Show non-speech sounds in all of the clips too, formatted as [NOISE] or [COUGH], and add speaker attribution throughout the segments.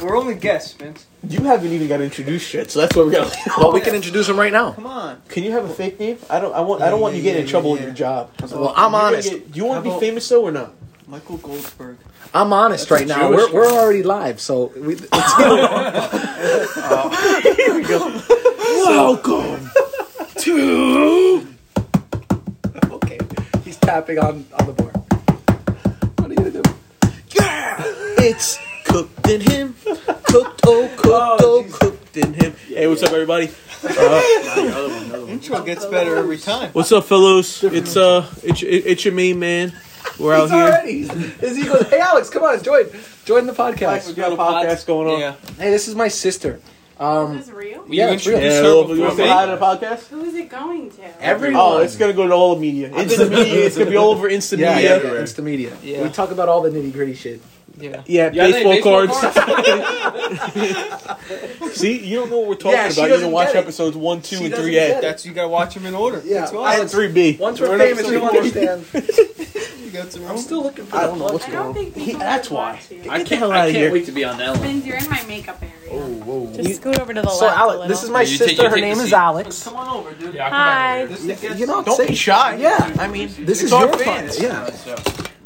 Speaker 1: We're only guests, Spence.
Speaker 2: You haven't even got introduced yet, so that's what we're gonna.
Speaker 3: Well, we can introduce him right now.
Speaker 1: Come on.
Speaker 2: Can you have a fake name? I don't. I want. I don't
Speaker 4: Yeah,
Speaker 2: want you
Speaker 4: yeah,
Speaker 2: getting in
Speaker 4: yeah,
Speaker 2: trouble
Speaker 4: yeah,
Speaker 2: with your
Speaker 4: yeah.
Speaker 2: job.
Speaker 3: Well, I'm
Speaker 2: You're gonna
Speaker 3: honest.
Speaker 2: get- do you want to
Speaker 4: How
Speaker 2: be
Speaker 4: about-
Speaker 2: famous though or not?
Speaker 4: Michael Goldberg.
Speaker 3: I'm honest
Speaker 1: That's
Speaker 3: right
Speaker 1: a
Speaker 3: now.
Speaker 1: Jewish
Speaker 3: We're, we're
Speaker 1: guy.
Speaker 3: already live, so we,
Speaker 2: [LAUGHS]
Speaker 3: it's [LAUGHS] Welcome to. Okay, he's tapping on on the board. What are you gonna do? Yeah, it's cooked in him. Cooked, oh, cooked, oh, cooked in him.
Speaker 2: Hey, what's up, everybody?
Speaker 1: Intro gets better every time.
Speaker 2: What's up, fellows? it's uh, it's it, it's your main man. We're
Speaker 3: He's already. Is he goes? Hey, Alex, come on, join, join the
Speaker 2: We
Speaker 3: podcast.
Speaker 2: got a podcast going on.
Speaker 1: Yeah.
Speaker 3: Hey, this is my sister. Um,
Speaker 5: Is this real?
Speaker 1: Will
Speaker 3: Yeah,
Speaker 1: you
Speaker 3: it's real.
Speaker 1: introduce
Speaker 2: Yeah,
Speaker 1: her
Speaker 2: well, you
Speaker 1: before
Speaker 2: want to
Speaker 1: me?
Speaker 2: say hi to the podcast?
Speaker 5: Who is it going to?
Speaker 3: everyone.
Speaker 2: Oh, it's gonna go to all media. Instant media. It's gonna be all over instant
Speaker 3: yeah,
Speaker 2: media.
Speaker 3: yeah, yeah, it's the media.
Speaker 1: Yeah.
Speaker 3: We talk about all the nitty gritty shit.
Speaker 1: Yeah.
Speaker 2: Yeah,
Speaker 1: You got any
Speaker 2: baseball,
Speaker 1: baseball
Speaker 2: cards. [LAUGHS] See, you don't know what we're talking
Speaker 3: Yeah, she
Speaker 2: about. You
Speaker 3: doesn't
Speaker 2: didn't watch
Speaker 3: get it.
Speaker 2: episodes one, two,
Speaker 3: She
Speaker 2: and
Speaker 3: doesn't
Speaker 2: three A
Speaker 3: get it.
Speaker 1: That's you gotta watch them in order.
Speaker 3: Yeah.
Speaker 1: That's
Speaker 3: I
Speaker 1: why.
Speaker 2: and three B.
Speaker 3: Once we're,
Speaker 2: We're not
Speaker 3: famous,
Speaker 2: so
Speaker 3: we
Speaker 2: good.
Speaker 3: understand.
Speaker 1: You got some
Speaker 3: I'm
Speaker 1: room.
Speaker 3: still looking for.
Speaker 2: I don't know
Speaker 3: the
Speaker 2: what's
Speaker 5: I
Speaker 3: plug.
Speaker 2: going on.
Speaker 5: don't think people
Speaker 2: that's
Speaker 5: would
Speaker 2: why.
Speaker 5: want to.
Speaker 2: I can't, I can't wait.
Speaker 4: to be on that
Speaker 5: Vince, you're in my makeup area.
Speaker 6: Just scoot over to the
Speaker 3: So,
Speaker 6: left. a
Speaker 3: Alex,
Speaker 6: little.
Speaker 3: this is my
Speaker 4: Yeah, you take-
Speaker 3: sister.
Speaker 4: you
Speaker 3: Her
Speaker 4: take the
Speaker 6: name is
Speaker 4: seat.
Speaker 6: Alex.
Speaker 1: Come on over, dude.
Speaker 6: Hi.
Speaker 1: This is
Speaker 3: You're not
Speaker 2: Don't be
Speaker 3: saying.
Speaker 2: shy.
Speaker 3: Yeah, I mean, this is
Speaker 2: our
Speaker 3: your
Speaker 2: fans.
Speaker 3: podcast. Yeah,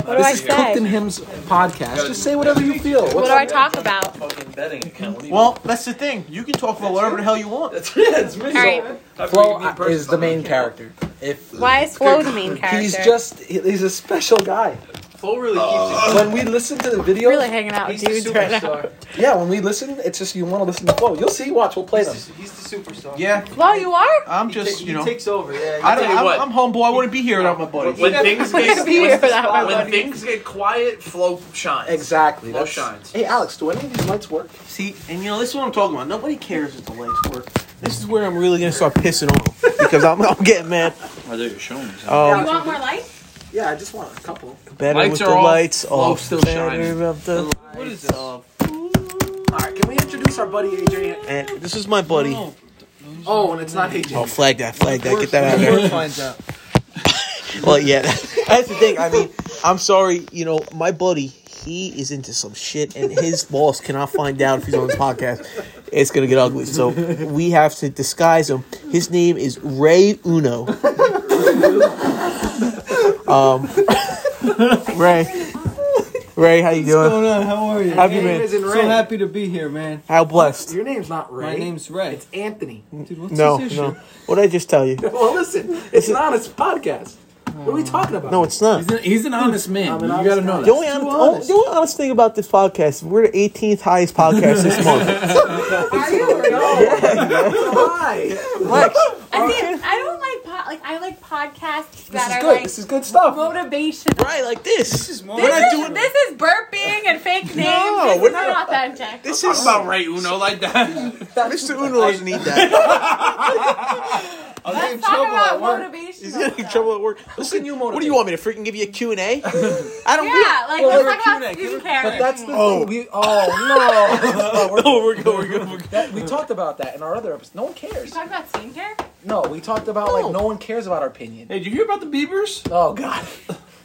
Speaker 6: What do I
Speaker 3: this is Cooked
Speaker 6: say?
Speaker 3: and Him's podcast. Just say whatever you feel.
Speaker 6: What
Speaker 3: What's
Speaker 6: do I talk about? All
Speaker 4: fucking betting account.
Speaker 1: [LAUGHS]
Speaker 2: Well, that's the thing. You can talk about whatever the hell you want.
Speaker 6: right.
Speaker 3: Flo uh, is the main character. If
Speaker 6: Why is Flo the main character?
Speaker 3: he's just—he's a special guy.
Speaker 4: Flo really keeps [LAUGHS]
Speaker 3: When we listen to the videos,
Speaker 6: really hanging out with dudes right now.
Speaker 3: yeah, when we listen, it's just you want to listen to Flo. You'll see. Watch, we'll play
Speaker 1: He's
Speaker 3: them.
Speaker 1: the, he's the superstar.
Speaker 2: Yeah,
Speaker 6: Flo, you are?
Speaker 2: I'm
Speaker 1: He
Speaker 2: just
Speaker 1: ta-
Speaker 2: you know.
Speaker 1: He takes over. Yeah.
Speaker 2: I don't.
Speaker 4: Tell you
Speaker 2: I'm,
Speaker 4: what.
Speaker 2: I'm humble. I wouldn't be here without my buddy.
Speaker 4: When things
Speaker 6: Wouldn't be here
Speaker 4: get
Speaker 6: without my
Speaker 4: when
Speaker 6: buddy.
Speaker 4: things get quiet, Flo shines.
Speaker 3: Exactly.
Speaker 4: Flo
Speaker 3: that's-
Speaker 4: shines.
Speaker 3: Hey, Alex, do any of these lights work?
Speaker 2: See, and you know this is what I'm talking about. Nobody cares if the legs work. This is where I'm really gonna start pissing off because I'm, I'm getting
Speaker 3: [LAUGHS]
Speaker 2: mad.
Speaker 4: Are they showing?
Speaker 2: Um,
Speaker 5: You want more light?
Speaker 3: Yeah, I just want a couple.
Speaker 2: better
Speaker 4: Lights
Speaker 2: with
Speaker 4: are
Speaker 2: the
Speaker 4: off,
Speaker 2: lights
Speaker 4: Flo
Speaker 2: off.
Speaker 4: still
Speaker 2: better
Speaker 4: shines.
Speaker 2: of the.
Speaker 1: What is this?
Speaker 3: All right, can we introduce our buddy Adrian?
Speaker 2: And this is my buddy.
Speaker 1: No.
Speaker 3: Oh, and it's not Adrian.
Speaker 2: Oh, flag that, flag that, get that out of
Speaker 1: The
Speaker 2: there.
Speaker 1: world finds out.
Speaker 2: Well, yeah, [LAUGHS] that's the thing. I mean, I'm sorry, you know, my buddy, he is into some shit, and his [LAUGHS] boss cannot find out if he's on this podcast. It's gonna get ugly, so we have to disguise him. His name is Ray Uno. [LAUGHS] um, [LAUGHS] Ray, Ray, how
Speaker 1: What's
Speaker 2: you doing?
Speaker 1: going on? How are you?
Speaker 2: Happy
Speaker 3: Your name
Speaker 2: man.
Speaker 3: isn't
Speaker 1: so
Speaker 3: Ray.
Speaker 1: happy to be here, man.
Speaker 2: How blessed?
Speaker 3: Your name's not Ray.
Speaker 1: My name's Ray.
Speaker 3: It's Anthony. [LAUGHS]
Speaker 1: Dude, what's
Speaker 2: No,
Speaker 1: this issue?
Speaker 2: no. What did I just tell you?
Speaker 3: Well, listen, it's an honest podcast. What are we talking about?
Speaker 2: No, it's not.
Speaker 4: an, he's an honest man.
Speaker 3: I'm an honest guy.
Speaker 2: The only, honest, the only honest thing about this podcast, we're the 18th highest podcast this month.
Speaker 5: Are you?
Speaker 3: [LAUGHS] No, it's a lie.
Speaker 2: Lex,
Speaker 5: I mean, I don't like pod. Like I like podcasts
Speaker 3: This is
Speaker 5: that are
Speaker 3: good.
Speaker 5: like
Speaker 3: this is good stuff.
Speaker 5: motivational.
Speaker 2: right like this. This
Speaker 1: is more
Speaker 2: we're not
Speaker 5: This is,
Speaker 2: doing
Speaker 5: this is burping and fake names. this
Speaker 2: we're
Speaker 5: is
Speaker 2: not-
Speaker 5: authentic.
Speaker 2: This
Speaker 4: Talk
Speaker 2: is
Speaker 4: about Ray Uno like that. [LAUGHS]
Speaker 2: Mr. Uno doesn't [LAUGHS] need that.
Speaker 1: I'll get in
Speaker 5: Let's talk
Speaker 1: trouble
Speaker 5: about
Speaker 1: at work.
Speaker 5: motivation.
Speaker 2: He's gonna get in trouble at work. Listen,
Speaker 3: you
Speaker 2: what do
Speaker 3: motivate?
Speaker 2: you want me to freaking give you a Q and A? I don't.
Speaker 5: Yeah,
Speaker 1: Well,
Speaker 5: like let's
Speaker 1: we're
Speaker 5: talk
Speaker 1: cute,
Speaker 5: about
Speaker 1: give
Speaker 5: skin
Speaker 1: it-
Speaker 5: care.
Speaker 3: But that's the
Speaker 2: Oh.
Speaker 3: thing. We oh no. [LAUGHS] No,
Speaker 2: No, we're good. We're good. We're good.
Speaker 3: we're- we talked about that in our other episode. No one cares.
Speaker 5: talk about skincare.
Speaker 3: No, we talked about
Speaker 2: No.
Speaker 3: like no one cares about our opinion.
Speaker 4: Hey, did you hear about the Beavers?
Speaker 3: Oh God. [LAUGHS]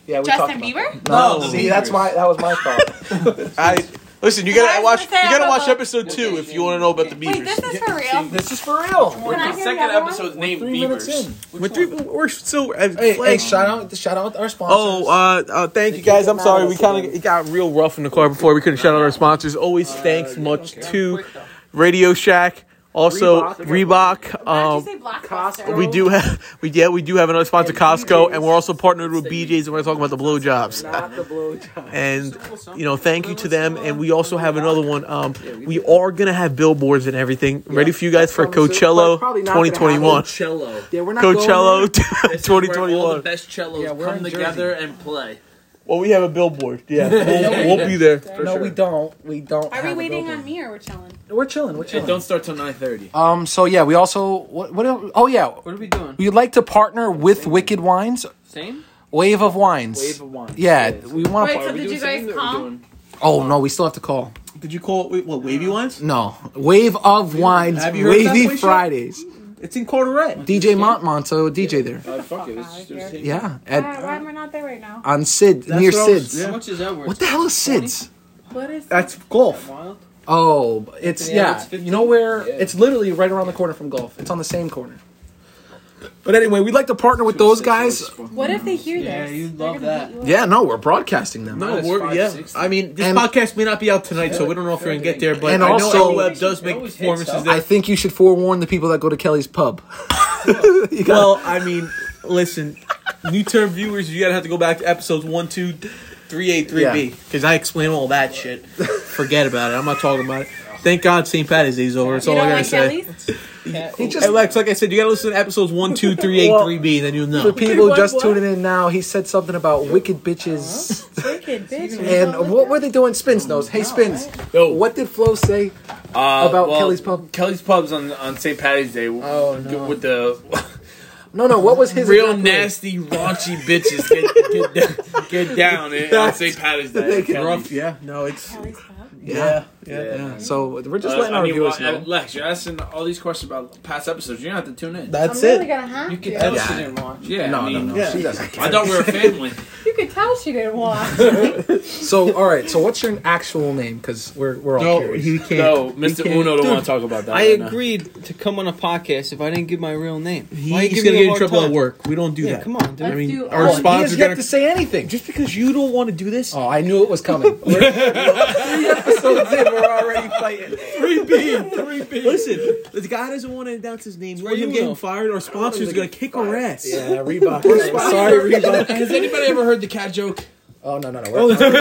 Speaker 3: Yeah, we talked
Speaker 5: Justin
Speaker 3: about
Speaker 5: Bieber.
Speaker 3: that. No,
Speaker 4: No, the
Speaker 3: see, that's my
Speaker 4: Beavers.
Speaker 3: that was my fault.
Speaker 2: I listen. You
Speaker 5: I
Speaker 2: gotta
Speaker 5: was
Speaker 2: watch. You
Speaker 5: gonna say
Speaker 2: gotta
Speaker 5: about
Speaker 2: watch
Speaker 5: the-
Speaker 2: episode two if you want to know about the
Speaker 5: Wait, this
Speaker 2: Beavers.
Speaker 5: is for real.
Speaker 3: [LAUGHS] this is for real.
Speaker 5: Can I
Speaker 4: The
Speaker 5: hear
Speaker 4: second
Speaker 5: another one?
Speaker 4: episode's
Speaker 3: We're
Speaker 4: named
Speaker 3: three
Speaker 4: Beavers.
Speaker 3: minutes in.
Speaker 2: We're, three, we're still.
Speaker 3: Hey, hey, shout out, shout out our sponsors.
Speaker 2: Oh, uh, uh, thank you
Speaker 3: keep
Speaker 2: guys. I'm
Speaker 3: mad
Speaker 2: sorry.
Speaker 3: at
Speaker 2: We
Speaker 3: us
Speaker 2: kind of
Speaker 3: again.
Speaker 2: it got real rough in the car before. We couldn't shout out our sponsors. Always thanks much to Radio Shack, also Reebok.
Speaker 5: Why
Speaker 2: Um,
Speaker 5: did you say
Speaker 3: Costco.
Speaker 5: blockbuster?
Speaker 2: We do have [LAUGHS] we yeah we do have another sponsor Costco and we're also partnered with BJ's and we're talking about the blowjobs
Speaker 3: not the blowjob.
Speaker 2: and you know thank you to them and we also have another one um we are gonna have billboards and everything ready for you guys for Coachella
Speaker 3: Probably not gonna
Speaker 2: 2021
Speaker 4: Cello.
Speaker 3: Yeah, we're
Speaker 2: [LAUGHS]
Speaker 3: not
Speaker 2: Coachella
Speaker 3: Going there.
Speaker 4: This is where All the
Speaker 2: 2021
Speaker 4: best cellos
Speaker 3: Yeah, we're
Speaker 4: come
Speaker 3: in Jersey.
Speaker 4: together and play.
Speaker 2: well we have a billboard [LAUGHS] yeah we'll, we'll be there
Speaker 3: no, we don't. We don't.
Speaker 5: Are
Speaker 3: have
Speaker 5: we
Speaker 3: a
Speaker 5: waiting on
Speaker 3: billboard.
Speaker 5: me or we're chilling?
Speaker 3: We're chilling. We're
Speaker 4: It
Speaker 3: chilling.
Speaker 4: don't start till nine thirty.
Speaker 3: Um. So yeah, we also what what? el- Oh yeah,
Speaker 1: What are we doing?
Speaker 3: we'd like to partner with Wicked Wines,
Speaker 1: Same?
Speaker 3: Wave of Wines.
Speaker 1: Wave of wine.
Speaker 3: Yeah, we want.
Speaker 5: Wait,
Speaker 3: to
Speaker 5: so did you guys come?
Speaker 3: Oh no, we still have to call.
Speaker 2: did you call it wait, what wavy ones
Speaker 3: No, Wave of Wines,
Speaker 2: Have you heard that
Speaker 3: Wavy
Speaker 2: place yet?
Speaker 3: Frida's.
Speaker 2: it's in Carteret
Speaker 3: DJ Montmont, so DJ there.
Speaker 4: Uh, fuck it.
Speaker 5: let's just take
Speaker 3: Yeah,
Speaker 5: Why,
Speaker 3: at
Speaker 5: why am I not there right now?
Speaker 3: on Sid near
Speaker 2: what I was-
Speaker 3: Sid's.
Speaker 2: yeah.
Speaker 1: How much is that worth?
Speaker 3: What the hell is Sid's?
Speaker 5: What is
Speaker 2: that's golf
Speaker 1: Wild?
Speaker 3: Oh, it's
Speaker 4: Anthony
Speaker 3: yeah.
Speaker 4: Edwards,
Speaker 3: You know where?
Speaker 4: Yeah.
Speaker 3: It's literally right around the corner from golf. It's on the same corner. But anyway, we'd like to partner with those guys.
Speaker 5: What if they hear
Speaker 1: Yeah,
Speaker 5: this?
Speaker 1: you'd
Speaker 5: They're
Speaker 1: love
Speaker 5: gonna
Speaker 1: that.
Speaker 5: beat you up.
Speaker 3: Yeah, no, we're broadcasting them.
Speaker 2: No,
Speaker 4: Minus
Speaker 2: we're, yeah.
Speaker 4: 560.
Speaker 2: I mean, this
Speaker 3: And-
Speaker 2: podcast may not be out tonight, so we don't know if we're gonna get there. But
Speaker 3: And
Speaker 2: I know
Speaker 3: also-
Speaker 2: Web does make
Speaker 4: It always hits
Speaker 2: performances
Speaker 4: up.
Speaker 2: there.
Speaker 3: I think you should forewarn the people that go to Kelly's pub. [LAUGHS] You gotta- [LAUGHS]
Speaker 2: [LAUGHS] well, I mean, listen, new term viewers, you gotta have to go back to episodes one, two, three, eight, three B because I explain all that shit. Forget about it. I'm not talking about it. Thank God St. Patty's Day's over. That's
Speaker 6: You
Speaker 2: all I
Speaker 6: don't
Speaker 2: gotta
Speaker 6: like
Speaker 2: say.
Speaker 6: Kelly's?
Speaker 3: he
Speaker 2: Hey,
Speaker 3: just
Speaker 2: Lex, like I said, you gotta listen to episodes one, two, three, eight,
Speaker 3: Well,
Speaker 2: three B, and then you'll know.
Speaker 3: for people
Speaker 6: What,
Speaker 3: just
Speaker 6: what?
Speaker 3: tuning in now, he said something about wicked bitches [LAUGHS]
Speaker 5: Wicked bitch.
Speaker 3: and what were they doing? Spins knows. Hey, Spins,
Speaker 4: Yo.
Speaker 3: what did Flo say?
Speaker 4: Uh,
Speaker 3: About Kelly's Pub?
Speaker 4: Kelly's Pub's on on St. Patty's Day.
Speaker 3: Oh, no.
Speaker 4: With the
Speaker 3: [LAUGHS] No, no, what was his
Speaker 4: real
Speaker 3: exact word?
Speaker 4: nasty, raunchy bitches get get, down- get down eh, on
Speaker 2: That's-
Speaker 4: St. Patty's Day. at Kelly's.
Speaker 2: Rough, yeah. No, it's
Speaker 5: Kelly's pub?
Speaker 2: yeah, yeah.
Speaker 4: Yeah.
Speaker 3: So we're just
Speaker 4: Uh,
Speaker 3: letting
Speaker 4: I
Speaker 3: our
Speaker 4: mean,
Speaker 3: viewers
Speaker 4: why-
Speaker 3: know.
Speaker 4: Lex, you're asking all these questions about past episodes. You don't have to tune in.
Speaker 5: I'm
Speaker 2: That's
Speaker 5: really
Speaker 2: it.
Speaker 5: gonna have
Speaker 1: You can
Speaker 5: to.
Speaker 1: tell
Speaker 3: Yeah.
Speaker 1: she didn't watch.
Speaker 4: Yeah,
Speaker 3: no,
Speaker 4: I mean,
Speaker 3: no, no, she doesn't care.
Speaker 4: I thought we were
Speaker 3: [LAUGHS]
Speaker 4: a family.
Speaker 5: You could tell she didn't watch.
Speaker 3: So, all right. So, what's your actual name? Because we're we're all
Speaker 2: No,
Speaker 3: curious.
Speaker 2: he can't.
Speaker 4: no, Mr.
Speaker 2: can't-
Speaker 4: Uno don't
Speaker 1: Dude,
Speaker 4: want to talk about that.
Speaker 1: I
Speaker 4: right now.
Speaker 1: agreed to come on a podcast if I didn't give my real name. Why you
Speaker 2: He's
Speaker 1: giving
Speaker 2: gonna
Speaker 1: me a
Speaker 2: get in
Speaker 1: hard
Speaker 2: trouble at
Speaker 1: time?
Speaker 2: work. We don't do
Speaker 1: Yeah,
Speaker 2: that.
Speaker 1: come on, dude.
Speaker 2: I mean,
Speaker 5: do
Speaker 2: our
Speaker 5: all-
Speaker 3: he has
Speaker 2: sponsors
Speaker 3: yet
Speaker 2: gonna.
Speaker 3: to say anything.
Speaker 2: just because you don't want to do this,
Speaker 3: Oh, I knew it
Speaker 2: [LAUGHS]
Speaker 3: was coming. We're- we're three episodes in, we're already fighting.
Speaker 2: Three B, three B. Listen, the guy doesn't want to announce his name. We're
Speaker 1: where
Speaker 2: him
Speaker 1: you
Speaker 2: getting
Speaker 1: know.
Speaker 2: fired. Our sponsor's gonna kick our ass.
Speaker 3: Yeah, Reebok. Sorry, Reebok.
Speaker 4: Has anybody ever heard the cat joke?
Speaker 3: Oh no, no, no. We're,